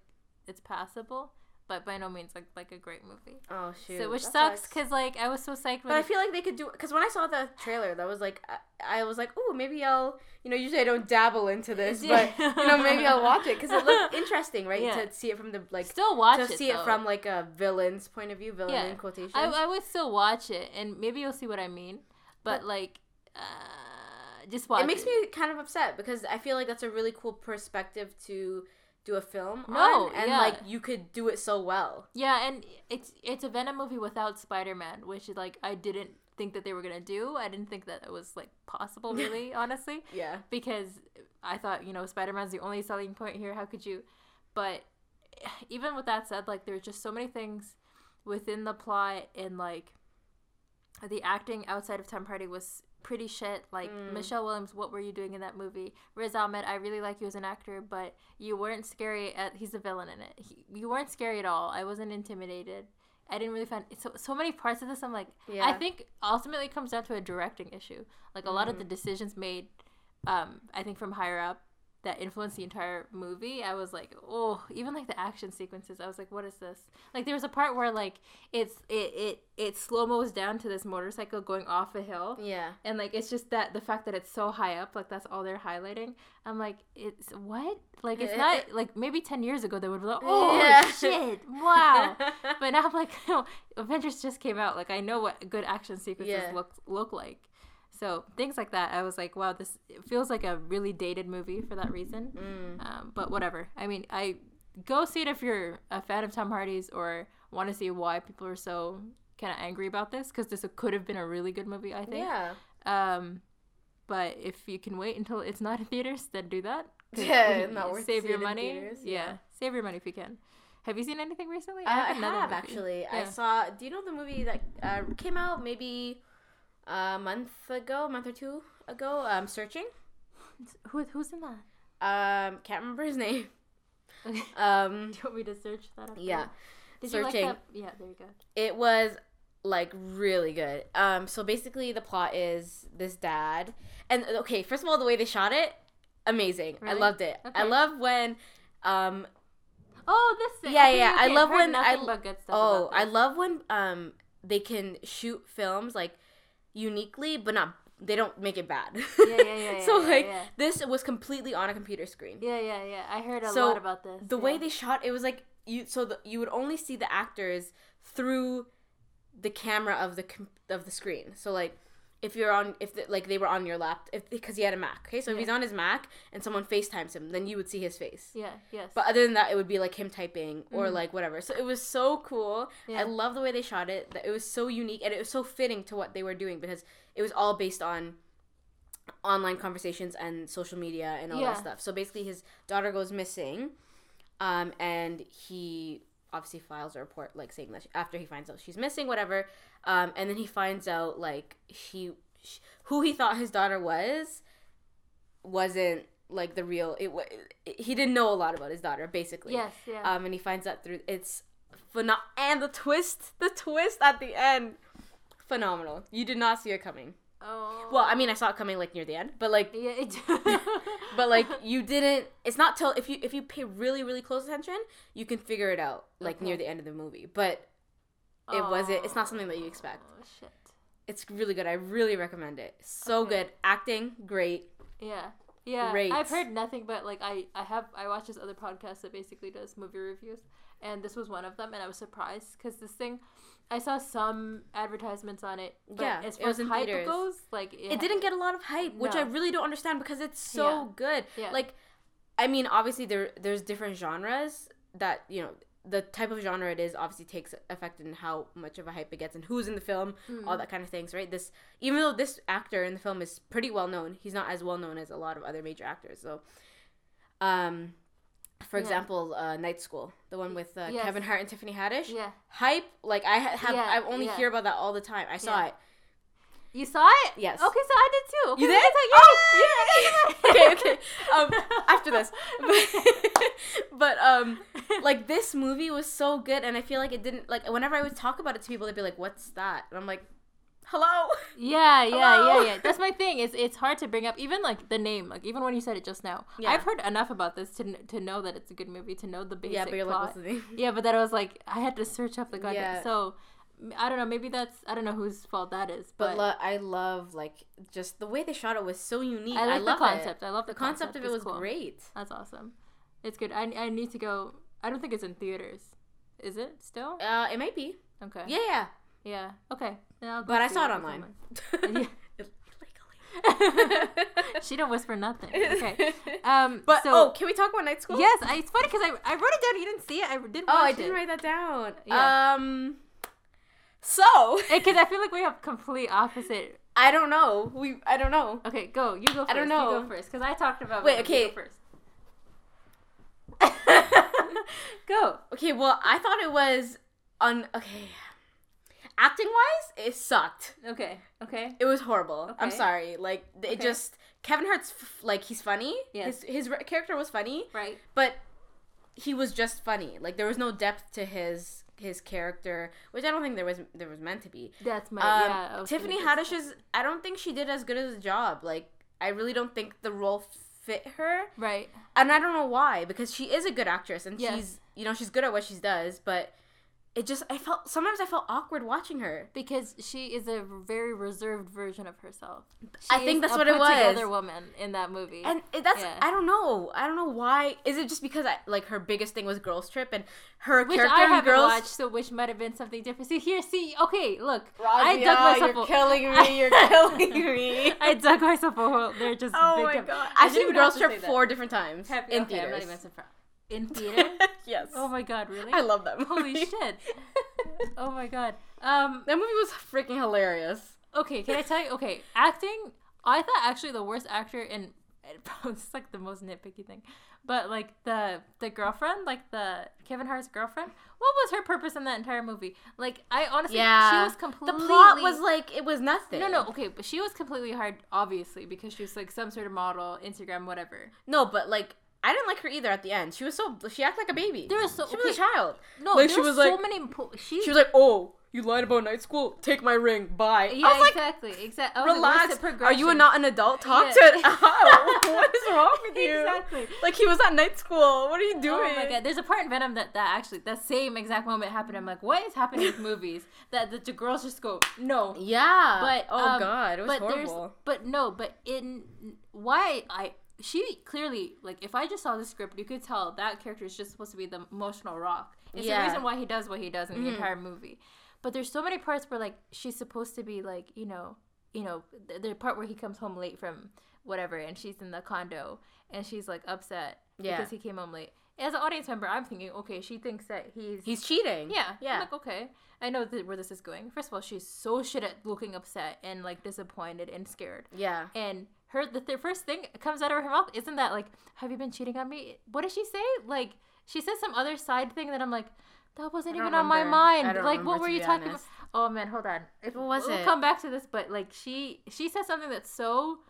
S2: it's passable, but by no means like like a great movie.
S1: oh shoot.
S2: so which
S1: that
S2: sucks because like I was so psyched. When
S1: But I feel like they could do because when I saw the trailer, that was like I, I was like, oh, maybe I'll you know usually I don't dabble into this,
S2: Yeah.
S1: but you know maybe I'll watch it because it looked interesting, right?
S2: Yeah.
S1: To see it from the like
S2: still watch
S1: to
S2: it.
S1: see
S2: though.
S1: it from like a villain's point of view, villain
S2: Yeah.
S1: in quotation.
S2: I, I would still watch it, and maybe you'll see what I mean. But, like, uh, just watch.
S1: it makes me kind of upset because I feel like that's a really cool perspective to do a film
S2: No,
S1: on, and
S2: yeah.
S1: like you could do it so well.
S2: Yeah, and it's it's a Venom movie without Spider Man, which is like I didn't think that they were gonna do. I didn't think that it was like possible, really, honestly,
S1: Yeah,
S2: because I thought you know Spider Man's the only selling point here. How could you? But even with that said, like there's just so many things within the plot and like the acting outside of Tom Hardy was pretty shit. Like Michelle Williams, what were you doing in that movie? Riz Ahmed, I really like you as an actor, but you weren't scary. At he's a villain in it. He, you weren't scary at all. I wasn't intimidated. I didn't really find so so many parts of this. I'm like, I
S1: Yeah.
S2: think ultimately it comes down to a directing issue. Like a lot of the decisions made, um, I think from higher up that influenced the entire movie. I was like, oh, even like the action sequences. I was like, what is this? Like there was a part where like it's it it it slow mo's down to this motorcycle going off a hill.
S1: Yeah.
S2: And like it's just that the fact that it's so high up, like that's all they're highlighting. I'm like, it's what? Like it's not like maybe ten years ago they would have like, oh
S1: Yeah.
S2: shit, wow. but now I'm like, no, Avengers just came out. Like I know what good action sequences
S1: Yeah.
S2: look look like. So things like that, I was like, wow, this it feels like a really dated movie for that reason.
S1: Mm.
S2: Um, but whatever. I mean, I go see it if you're a fan of Tom Hardy's or want to see why people are so kind of angry about this because this could have been a really good movie. I think.
S1: Yeah.
S2: Um, but if you can wait until it's not in theaters, then do that. 'Cause
S1: Yeah, not worth
S2: save
S1: seeing
S2: your
S1: in
S2: money.
S1: theaters,
S2: yeah.
S1: yeah.
S2: save your money if you can. Have you seen anything recently?
S1: I, I
S2: another
S1: have
S2: movie.
S1: actually. I
S2: Yeah.
S1: saw. Do you know the movie that uh, came out maybe uh, a month ago, a month or two ago? Um, searching.
S2: Who, who's in that?
S1: Um, can't remember his name.
S2: Okay.
S1: Um,
S2: Do you want me to search that? Up
S1: yeah,
S2: Did
S1: Searching.
S2: you like that? Yeah, there you go.
S1: it was like really good. Um, so basically the plot is this dad and okay, first of all, the way they shot it, amazing. I
S2: Really?
S1: loved it. I
S2: Okay.
S1: love when, um,
S2: Oh, this. thing.
S1: Yeah,
S2: Okay,
S1: yeah,
S2: okay,
S1: I
S2: I've
S1: love
S2: heard
S1: when I-
S2: nothing but good stuff
S1: oh,
S2: about
S1: I
S2: this.
S1: love when um they can shoot films like uniquely, but not they don't make it bad.
S2: Yeah, yeah, yeah,
S1: so
S2: yeah,
S1: like
S2: yeah.
S1: this was completely on a computer screen.
S2: Yeah, yeah, yeah. I heard a
S1: So,
S2: lot about this.
S1: the
S2: yeah.
S1: way they shot it was like you so the, you would only see the actors through the camera of the com- of the screen so like if you're on if the, like they were on your lap if because he had a mac okay so if
S2: Yeah.
S1: he's on his mac and someone facetimes him then you would see his face
S2: Yeah. Yes. Mm-hmm.
S1: but other than that it would be like him typing or like whatever so it was so cool
S2: Yeah.
S1: i love the way they shot it that it was so unique and it was so fitting to what they were doing because it was all based on online conversations and social media and all
S2: Yeah.
S1: that stuff so basically his daughter goes missing um, and he obviously files a report like saying that she, after he finds out she's missing whatever um, and then he finds out like she, sh who he thought his daughter was wasn't like the real it, wa- it he didn't know a lot about his daughter basically
S2: yes. Yeah.
S1: um, and he finds out through it's phenomenal and the twist the twist at the end phenomenal you did not see it coming
S2: oh.
S1: well i mean i saw it coming like near the end but like
S2: Yeah. It,
S1: but like you didn't it's not till if you if you pay really really close attention you can figure it out like near
S2: Okay.
S1: the end of the movie but it wasn't it's not something that you expect
S2: Oh shit.
S1: it's really good i really recommend it so
S2: Okay.
S1: good acting great
S2: Yeah. Yeah.
S1: Great.
S2: I've heard nothing but like I I have I watch this other podcast that basically does movie reviews and this was one of them and I was surprised cuz this thing I saw some advertisements on it but
S1: Yeah,
S2: as
S1: it
S2: far
S1: was
S2: as
S1: in
S2: hype
S1: theaters.
S2: goes like
S1: it didn't get a lot of hype which i
S2: No.
S1: really don't understand because it's so
S2: Yeah.
S1: good
S2: Yeah.
S1: like i mean obviously there there's different genres that you know the type of genre it is obviously takes effect in how much of a hype it gets and who's in the film
S2: Mm.
S1: all that kind of things right this even though this actor in the film is pretty well known he's not as well known as a lot of other major actors so um for
S2: Yeah.
S1: example uh, night school the one with uh,
S2: Yes.
S1: kevin hart and tiffany haddish
S2: Yeah.
S1: hype like i ha- have
S2: Yeah,
S1: i only
S2: yeah.
S1: hear about that all the time i saw
S2: Yeah.
S1: it
S2: You saw it?
S1: Yes.
S2: Okay, so I did too. Okay,
S1: You
S2: we
S1: did?
S2: can talk-
S1: Oh,
S2: yeah,
S1: okay,
S2: yeah,
S1: okay.
S2: yeah.
S1: Um, after this. But, but, um, like this movie was so good, and I feel like it didn't like whenever I would talk about it to people, they'd be like, "What's that?" And I'm like, "Hello."
S2: Yeah, yeah,
S1: Hello?
S2: yeah, yeah. That's my thing. It's it's hard to bring up even like the name, like even when you said it just now.
S1: Yeah.
S2: I've heard enough about this to kn- to know that it's a good movie, to know the basic
S1: yeah, but you're
S2: plot.
S1: like, "What's the name?"
S2: Yeah, but then I was like, I had to search up the goddamn.
S1: Yeah.
S2: So m- I don't know. Maybe that's I don't know whose fault that is.
S1: But
S2: But,
S1: lo- I love like just the way they shot it was so unique.
S2: I like
S1: love
S2: the concept. I love
S1: It. The
S2: the
S1: concept of it
S2: It's
S1: was
S2: cool.
S1: great.
S2: That's awesome. It's good. I, I need to go. I don't think it's in theaters. Is it still?
S1: Uh, it might be.
S2: Okay.
S1: Yeah, yeah.
S2: Yeah. Okay. Then I'll go
S1: But I
S2: see
S1: saw it
S2: if it's
S1: online.
S2: online.
S1: Illegally.
S2: she don't whisper nothing. Okay. Um.
S1: But
S2: so,
S1: oh, can we talk about night school?
S2: yes, I, it's funny because I, I wrote it down. You didn't see it. I did. Watch
S1: Oh, I
S2: it.
S1: didn't write that down.
S2: Yeah.
S1: Um. So
S2: Because Eh, I feel like we have complete opposite.
S1: I don't know. We I don't know.
S2: Okay, go. You go. First.
S1: I don't
S2: You
S1: know.
S2: go first because I talked about.
S1: Wait,
S2: mine. You
S1: okay.
S2: go first. go.
S1: Okay, well, I thought it was on. Okay, acting wise, it sucked.
S2: Okay. Okay.
S1: It was horrible. I'm
S2: Okay.
S1: sorry. Like it
S2: Okay.
S1: just Kevin Hart's f- like he's funny. His
S2: Yes.
S1: his re- character was funny,
S2: Right.
S1: but he was just funny. Like there was no depth to his his character, which I don't think there was there was meant to be.
S2: That's my
S1: Um,
S2: yeah. I was
S1: Tiffany
S2: gonna
S1: Haddish
S2: just-
S1: is. I don't think she did as good as a job. Like I really don't think the role fit her,
S2: right.
S1: and I don't know why because she is a good actress and
S2: Yes.
S1: she's you know she's good at what she does, but it just I felt sometimes I felt awkward watching her.
S2: Because she is a very reserved version of herself.
S1: I
S2: She
S1: think
S2: is
S1: that's
S2: a
S1: what it was.
S2: Put-together woman in that movie.
S1: And it, that's
S2: Yeah.
S1: I don't know. I don't know why. Is it just because I like her biggest thing was Girls Trip and her
S2: which
S1: character
S2: I
S1: in
S2: haven't
S1: Girls
S2: watched, so which might have been something different. See here, see, okay, look, I
S1: I
S2: dug myself.
S1: you're
S2: a-
S1: killing me. You're killing me.
S2: I dug myself a hole. They're just.
S1: oh
S2: big
S1: my
S2: com-
S1: god!
S2: I
S1: I've
S2: didn't
S1: seen
S2: even
S1: Girls
S2: have to
S1: Trip
S2: say that.
S1: four different times
S2: Have-
S1: in
S2: okay, I'm not
S1: theaters.
S2: even surprised. In theater?
S1: yes.
S2: oh my god, really?
S1: I love that movie.
S2: Holy shit! Oh my god. Um.
S1: That movie was freaking hilarious.
S2: Okay, can I tell you? Okay, acting. I thought actually the worst actor in it's like the most nitpicky thing, but like the the girlfriend, like the Kevin Hart's girlfriend. What was her purpose in that entire movie? Like I honestly, she
S1: Yeah.
S2: was completely.
S1: The plot was like it was nothing.
S2: No, no, okay, but she was completely hard, obviously, because she was like some sort of model, Instagram, whatever.
S1: no. But like, I didn't like her either. At the end, she was so she acted like a baby.
S2: There was so
S1: she
S2: okay,
S1: was a child.
S2: no,
S1: like,
S2: there
S1: she
S2: was,
S1: was
S2: so
S1: like-
S2: many. Po- she,
S1: She was like, "Oh, you lied about night school. Take my ring. Bye."
S2: yeah,
S1: I was like,
S2: exactly, exactly.
S1: "Relax. Are you
S2: not?
S1: not an adult? Talk
S2: Yeah.
S1: to it out. what is wrong with you?"
S2: Exactly.
S1: Like he was at night school. What are you doing?
S2: Oh my god! There's a part in Venom that that actually that same exact moment happened. I'm like, what is happening with movies that the, the girls just go no.
S1: Yeah.
S2: But
S1: oh
S2: um,
S1: god, it was
S2: but there's-
S1: horrible.
S2: But no, but in why I she clearly like if I just saw the script, you could tell that character is just supposed to be the emotional rock. It's
S1: Yeah. Mm-hmm.
S2: the reason why he does what he does in the entire movie. But there's so many parts where like she's supposed to be like you know you know the, the part where he comes home late from whatever and she's in the condo and she's like upset
S1: Yeah.
S2: because he came home late. As an audience member, I'm thinking, okay, she thinks that he's
S1: He's cheating.
S2: yeah. I'm
S1: Yeah.
S2: like, okay. I know th- where this is going. First of all, she's so shit at looking upset and like disappointed and scared.
S1: Yeah.
S2: And her the th- first thing that comes out of her mouth isn't that like, have you been cheating on me? What does she say? Like she says some other side thing that I'm like, that wasn't
S1: I don't
S2: even on my
S1: remember. I
S2: mind.
S1: don't
S2: Like
S1: remember,
S2: what were
S1: to
S2: you
S1: be
S2: talking
S1: honest.
S2: about? Oh man, hold on. If
S1: What was
S2: we'll
S1: it?
S2: come back to this, but like she she says something that's so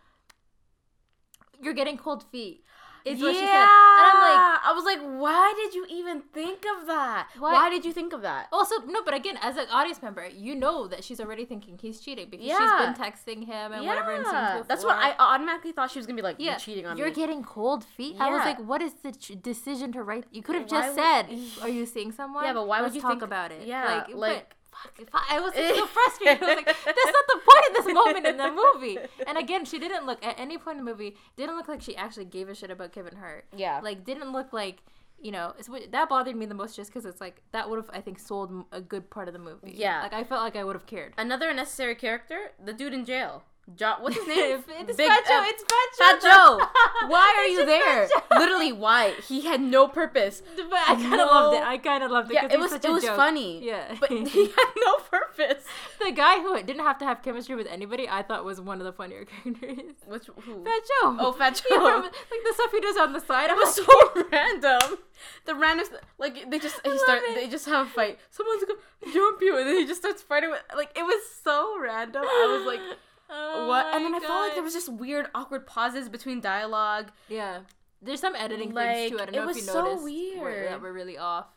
S2: you're getting cold feet. Is what she said. And I'm like,
S1: I was like, why did you even think of that?
S2: Why-
S1: Why did you think of that?
S2: Also, no, but again, as an audience member, you know that she's already thinking he's cheating because
S1: Yeah.
S2: she's been texting him Oh, and
S1: yeah.
S2: whatever. And since
S1: That's what I
S2: before.
S1: automatically thought she was gonna be like, you're cheating on
S2: you're
S1: me.
S2: getting cold feet. I was
S1: Yeah.
S2: like, what is the ch- decision to write? You could have
S1: Why
S2: just said,
S1: would-
S2: "Are you seeing someone?"
S1: Yeah, but why would
S2: Let's
S1: you
S2: talk
S1: think-
S2: about it?
S1: yeah,
S2: like,
S1: like-
S2: but, fuck. If I, I was just so frustrated. I was like, that's not the point of this moment in the movie. And again, she didn't look at any point in the movie. Didn't look like she actually gave a shit about Kevin Hart
S1: yeah.
S2: like didn't look like you know it's, what- that bothered me the most just because it's like that would have i think sold m- a good part of the movie
S1: Yeah.
S2: like i felt like i would have cared
S1: Another unnecessary character, the dude in jail. Jo- what's his name?
S2: it's it's
S1: Big-
S2: Fat Joe,
S1: uh,
S2: it's Fat
S1: Fat
S2: Joe.
S1: Joe. Why are
S2: It's
S1: you
S2: just Fat
S1: there?
S2: Joe.
S1: Literally, why? He had no purpose.
S2: but i kind of
S1: No.
S2: loved it i kind of loved it
S1: Yeah,
S2: 'cause
S1: it
S2: he's
S1: was
S2: such
S1: it
S2: a
S1: was
S2: joke.
S1: funny.
S2: yeah
S1: But he had no purpose.
S2: the guy who didn't have to have chemistry with anybody i thought was one of the funnier characters
S1: Which who?
S2: Fat Joe.
S1: Oh, Fat
S2: He
S1: Joe.
S2: from- like the stuff he does on the side.
S1: That
S2: I'm
S1: was
S2: like,
S1: so random. The random, like they just he
S2: I love
S1: start,
S2: it.
S1: they just have a fight. Someone's gonna jump you, and then he just starts fighting with. Like it was so random. I was like,
S2: Oh
S1: what? and
S2: my
S1: then I felt like
S2: God.
S1: there was just weird, awkward pauses between dialogue.
S2: Yeah. There's some editing things
S1: Like,
S2: too. I don't
S1: it
S2: know
S1: was
S2: if you
S1: so
S2: noticed where-
S1: weird.
S2: that were really off.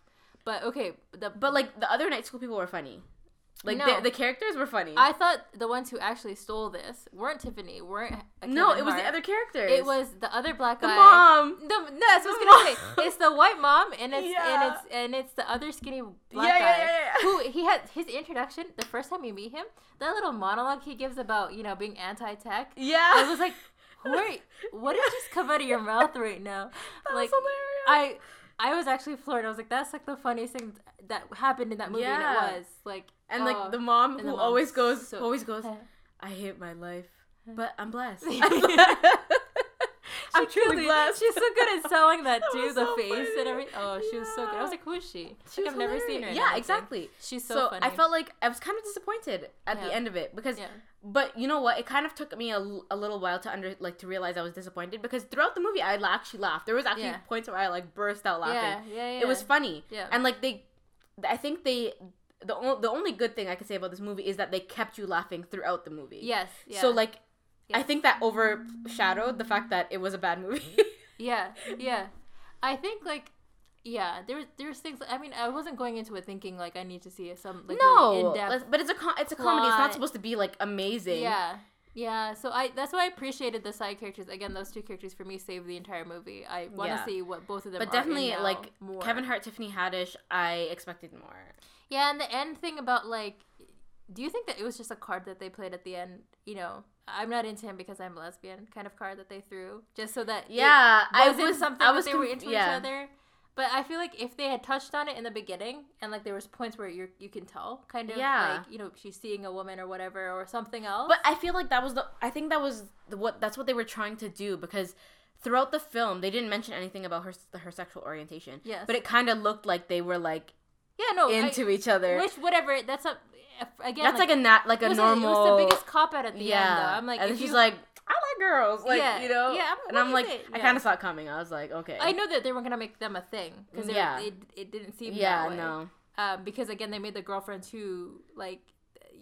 S2: But okay, the,
S1: But like the other night school people were funny. Like
S2: No.
S1: the, the characters were funny.
S2: I thought the ones who actually stole this weren't Tiffany, weren't uh,
S1: no,
S2: Kevin
S1: it was the
S2: Hart.
S1: other characters.
S2: It was the other black
S1: the
S2: guy.
S1: mom.
S2: The, no, that's what I
S1: The
S2: was gonna
S1: mom.
S2: say. It's the white mom, and it's
S1: Yeah.
S2: and it's and it's the other skinny black
S1: Yeah,
S2: guy
S1: yeah, yeah, yeah.
S2: who he had his introduction. The first time you meet him, that little monologue he gives about you know being anti-tech.
S1: Yeah,
S2: I was like, who are you, what did just come out of your mouth right now?
S1: That
S2: like,
S1: was hilarious.
S2: I I was actually floored. I was like, that's like the funniest thing that happened in that movie, and
S1: Yeah.
S2: it was like,
S1: and
S2: oh.
S1: like the mom
S2: and
S1: who
S2: the mom
S1: always goes,
S2: so-
S1: who always goes. I hate my life, but I'm blessed. I'm
S2: She
S1: truly
S2: killed it.
S1: blessed.
S2: She's so good at selling that
S1: That
S2: too,
S1: was
S2: the
S1: so
S2: face and
S1: funny.
S2: everything. Oh, she was so good. I was
S1: Yeah.
S2: like, who is she?
S1: She was
S2: Like, I've never seen her.
S1: hilarious.
S2: in
S1: Yeah,
S2: anything.
S1: exactly.
S2: She's so,
S1: So
S2: funny.
S1: I felt like I was kind of disappointed at the
S2: Yeah.
S1: end of it because,
S2: Yeah.
S1: but you know what? It kind of took me a, l- a little while to under like to realize I was disappointed because throughout the movie I la- actually laughed. There was actually
S2: Yeah.
S1: points where I like burst out laughing.
S2: yeah, yeah, yeah.
S1: It was funny.
S2: Yeah.
S1: And like they, I think they, the on- the only good thing I could say about this movie is that they kept you laughing throughout the movie.
S2: yes. Yeah.
S1: So like, I
S2: Yes.
S1: think that overshadowed the fact that it was a bad movie.
S2: Yeah, yeah. I think like yeah, there there's things. I mean, I wasn't going into it thinking like I need to see some like really
S1: no,
S2: in-depth
S1: let's- but it's a com- it's a comedy. It's
S2: plot.
S1: not supposed to be like amazing.
S2: Yeah. Yeah, so I that's why I appreciated the side characters. Again, those two characters for me save the entire movie. I want to
S1: Yeah.
S2: see what both of them.
S1: but
S2: are in
S1: definitely
S2: now
S1: like
S2: more.
S1: Kevin Hart, Tiffany Haddish. I expected more.
S2: Yeah, and the end thing about like, do you think that it was just a card that they played at the end? You know, I'm not into him because I'm a lesbian. Kind of card that they threw just so that it
S1: Yeah, I
S2: wasn't
S1: was
S2: something
S1: I was
S2: that they were
S1: conf-
S2: into
S1: yeah.
S2: each other. But I feel like if they had touched on it in the beginning, and like there was points where you you can tell, kind of
S1: Yeah.
S2: like you know she's seeing a woman or whatever or something else.
S1: But I feel like that was the I think that was the, what that's what they were trying to do because throughout the film they didn't mention anything about her her sexual orientation.
S2: Yes.
S1: But it kind of looked like they were like
S2: yeah, no, I-
S1: into each other.
S2: which whatever. That's a again.
S1: that's like, a nat like
S2: it
S1: a
S2: was
S1: normal.
S2: It was the biggest cop out at the
S1: yeah.
S2: end. Though. I'm like,
S1: and
S2: if
S1: then she's
S2: you-
S1: like, I like girls, like
S2: Yeah,
S1: you know.
S2: yeah, I'm-
S1: and
S2: what
S1: I'm
S2: is
S1: like,
S2: it?
S1: I
S2: Yeah.
S1: kind of saw it coming. I was like, okay.
S2: I know that they weren't gonna make them a thing because
S1: Yeah.
S2: it, it didn't seem
S1: Yeah,
S2: that way.
S1: no.
S2: Um, because again, they made the girlfriend who like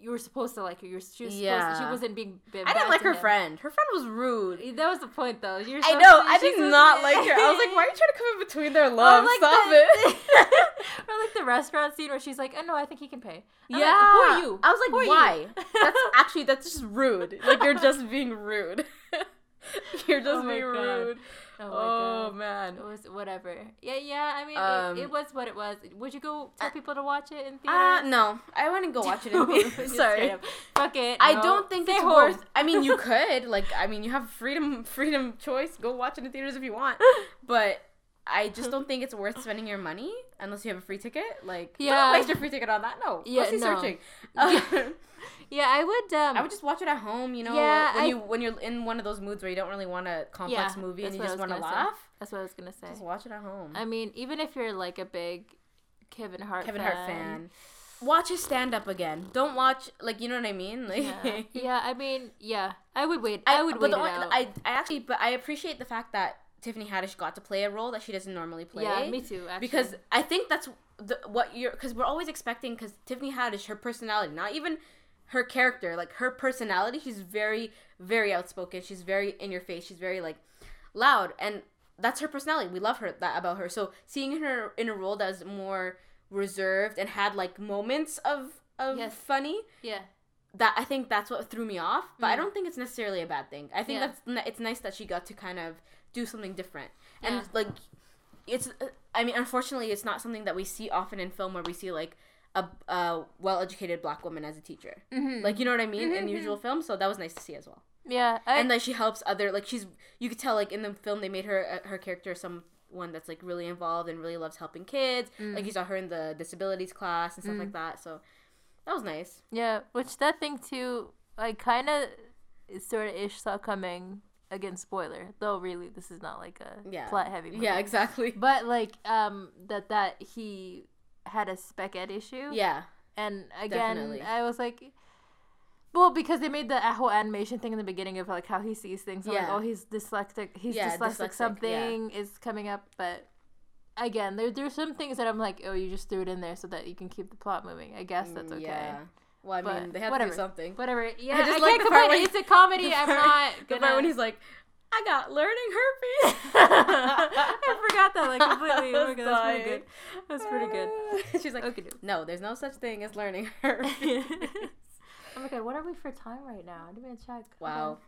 S2: you were supposed to like her. You were, she was supposed to, she
S1: Yeah.
S2: wasn't being. bad
S1: I didn't like
S2: to
S1: her
S2: him.
S1: friend. Her friend was rude.
S2: That was the point, though. You're
S1: I know. I did not like her. I was like, why are you trying to come in between their love?
S2: like
S1: Stop
S2: the-
S1: it.
S2: Or like the restaurant scene where she's like, "Oh no, I think he can pay." I'm like,
S1: yeah.
S2: who are you?
S1: I was like,
S2: Who are you?"
S1: why? That's actually that's just rude. Like you're just being rude. you're just
S2: Oh my
S1: being
S2: God.
S1: rude.
S2: oh my
S1: Oh,
S2: god.
S1: man.
S2: It was whatever. Yeah, yeah. I mean,
S1: Um,
S2: it, it was what it was. Would you go tell people to watch it in theaters?
S1: Uh no, I wouldn't go watch it. In
S2: Just
S1: Sorry.
S2: straight up. Fuck it.
S1: I
S2: no.
S1: don't think
S2: Stay
S1: it's
S2: home.
S1: worth. I mean, you could like. I mean, you have freedom, freedom choice. Go watch it in theaters if you want. But I just don't think it's worth spending your money unless you have a free ticket. Like,
S2: Yeah.
S1: don't waste your free ticket on that. No,
S2: Yeah,
S1: yeah,
S2: no.
S1: searching. Uh,
S2: Yeah, I would. Um,
S1: I would just watch it at home. You know,
S2: Yeah,
S1: when
S2: I-
S1: you when you're in one of those moods where you don't really want a complex
S2: Yeah,
S1: movie
S2: that's
S1: and you
S2: what I
S1: just want
S2: was
S1: to
S2: gonna say.
S1: laugh,
S2: That's what I was gonna say.
S1: just watch it at home.
S2: I mean, even if you're like a big Kevin Hart
S1: Kevin
S2: fan,
S1: Hart fan. Watch his stand up again. Don't watch like you know what I mean. Like,
S2: Yeah. yeah, I mean, yeah, I would wait. I, would wait
S1: the
S2: it
S1: only-
S2: out.
S1: I, I actually, but I appreciate the fact that Tiffany Haddish got to play a role that she doesn't normally play.
S2: yeah, me too. Actually.
S1: Because I think that's the, what you're. Because we're always expecting. Because Tiffany Haddish, her personality, not even her character, like her personality, she's very, very outspoken. She's very in your face. She's very like loud, and that's her personality. We love her that about her. So seeing her in a role that was more reserved and had like moments of of
S2: Yes.
S1: funny
S2: yeah,
S1: that I think that's what threw me off. But I
S2: Mm.
S1: don't think it's necessarily a bad thing. I think
S2: Yeah.
S1: that's n- it's nice that she got to kind of do something different.
S2: Yeah.
S1: And like, it's uh, I mean, unfortunately, it's not something that we see often in film where we see like a, a well-educated black woman as a teacher.
S2: Mhm.
S1: Like you know what I mean in usual films. So that was nice to see as well.
S2: yeah. mm-hmm. I,
S1: and like she helps other like she's you could tell like in the film they made her uh, her character someone that's like really involved and really loves helping kids.
S2: Mm.
S1: Like you saw her in the disabilities class and stuff like that. So that was nice.
S2: yeah, which that thing too, I kind of sort of ish saw coming. Again, spoiler though. Really, this is not like a
S1: Yeah.
S2: plot heavy. Movie.
S1: Yeah, exactly.
S2: but like um, that that he had a spec ed issue.
S1: Yeah.
S2: And again,
S1: Definitely.
S2: I was like, well, because they made the whole animation thing in the beginning of like how he sees things. I'm
S1: Yeah.
S2: like, oh, he's dyslexic. He's
S1: Yeah,
S2: dyslexic.
S1: dyslexic,
S2: Something is coming up, but again, there there's some things that I'm like, oh, you just threw it in there so that you can keep the plot moving. I guess that's okay.
S1: Mm, Yeah. Well, I
S2: But
S1: mean, they have
S2: whatever.
S1: to do something.
S2: Whatever. Yeah, I,
S1: just like
S2: can't
S1: the part
S2: complain.
S1: when-
S2: It's a comedy. I'm
S1: The part-
S2: not
S1: The
S2: gonna.
S1: part when he's like, I got learning herpes.
S2: I forgot that like completely. Oh my
S1: was
S2: God, that's pretty good.
S1: dying.
S2: That's pretty good.
S1: She's like,
S2: Okay.
S1: no, there's no such thing as learning herpes.
S2: oh my god, what are we for time right now? I didn't even check.
S1: wow.
S2: Okay.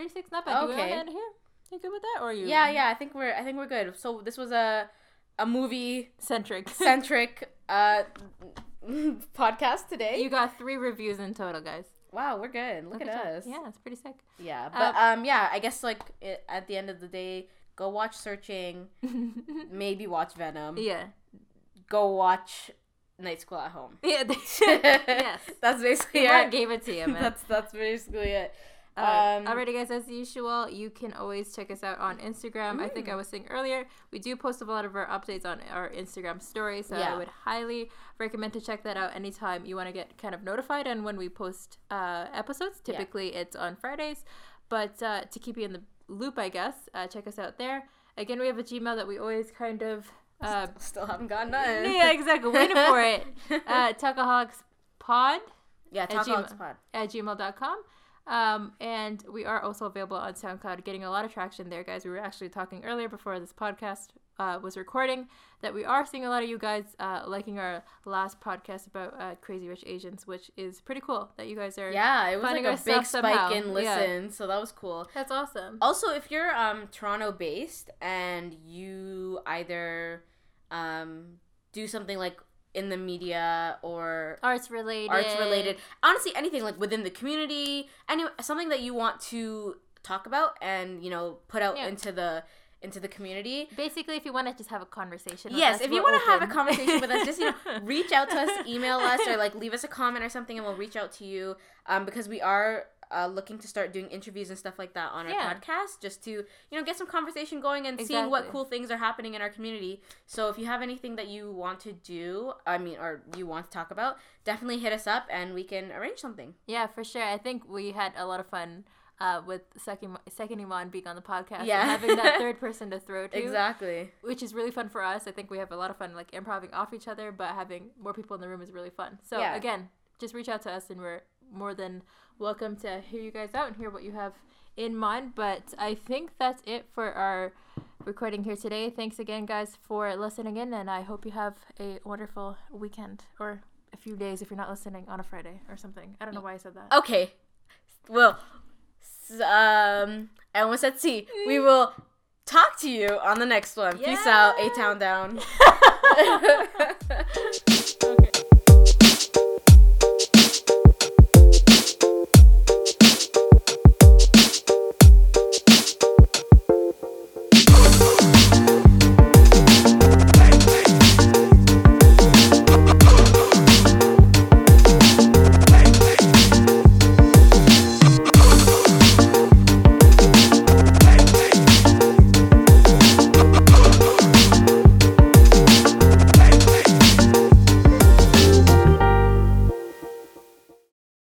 S2: 36, not bad. Do we want
S1: Okay.
S2: to end here? You good with that? Or are you
S1: Yeah, yeah. I think we're I think we're good. So this was a a movie
S2: centric?
S1: centric uh podcast today.
S2: you got three reviews in total, guys.
S1: wow, we're good. Look, at us.
S2: Yeah, Uh, it's pretty sick.
S1: Yeah, but um, yeah, I guess like it, at the end of the day, go watch Searching, maybe watch Venom,
S2: yeah.
S1: go watch Night School at Home.
S2: Yeah. yes.
S1: that's basically
S2: Yeah.
S1: it.
S2: gave it to you, man.
S1: That's that's basically it.
S2: All right.
S1: um,
S2: Alrighty, guys, as usual, you can always check us out on Instagram. I
S1: Mm.
S2: think I was saying earlier, we do post a lot of our updates on our Instagram story, so I
S1: Yeah.
S2: would highly recommend to check that out anytime you want to get kind of notified on when we post uh, episodes.
S1: Yeah.
S2: Typically, it's on Fridays, but uh, to keep you in the loop, I guess, uh, check us out there. Again, we have a Gmail that we always kind of. Uh,
S1: Still haven't gotten none.
S2: yeah, exactly. Waiting for it. Uh, Tuckahawkspod
S1: Yeah,
S2: At
S1: Talk Hogs
S2: Gmail.
S1: Pod.
S2: at gmail.com. Um, and we are also available on SoundCloud, getting a lot of traction there, guys. We were actually talking earlier before this podcast uh, was recording that we are seeing a lot of you guys uh, liking our last podcast about uh, Crazy Rich Asians, which is pretty cool that you guys are.
S1: Yeah, it was
S2: Finding
S1: like a big spike
S2: ourselves somehow.
S1: in listen, so that was cool.
S2: That's awesome.
S1: Also, if you're um Toronto based and you either um do something like in the media or
S2: Arts related.
S1: arts related, honestly anything like within the community, any something that you want to talk about and you know put out
S2: Yeah.
S1: into the into the community.
S2: Basically, if you want to just have a conversation. with
S1: Yes,
S2: us,
S1: if you
S2: we're
S1: want to have a
S2: open.
S1: conversation with us, just you know, reach out to us, email us, or like leave us a comment or something, and we'll reach out to you. Um, because we are uh, looking to start doing interviews and stuff like that on our
S2: Yeah.
S1: podcast, just to you know get some conversation going and seeing what
S2: Exactly.
S1: cool things are happening in our community. So if you have anything that you want to do, I mean, or you want to talk about, definitely hit us up and we can arrange something.
S2: Yeah, for sure. I think we had a lot of fun uh, with second second Iman being on the podcast.
S1: Yeah.
S2: and having that third person to throw to,
S1: Exactly.
S2: which is really fun for us. I think we have a lot of fun like improvising off each other, but having more people in the room is really fun. So
S1: Yeah.
S2: again, just reach out to us, and we're more than welcome to hear you guys out and hear what you have in mind. But I think that's it for our recording here today. Thanks again, guys, for listening in, and I hope you have a wonderful weekend or a few days if you're not listening on a Friday or something. I don't know why I said that.
S1: Okay. Well, s- um, I almost said C. We will talk to you on the next one. Peace out. A town down.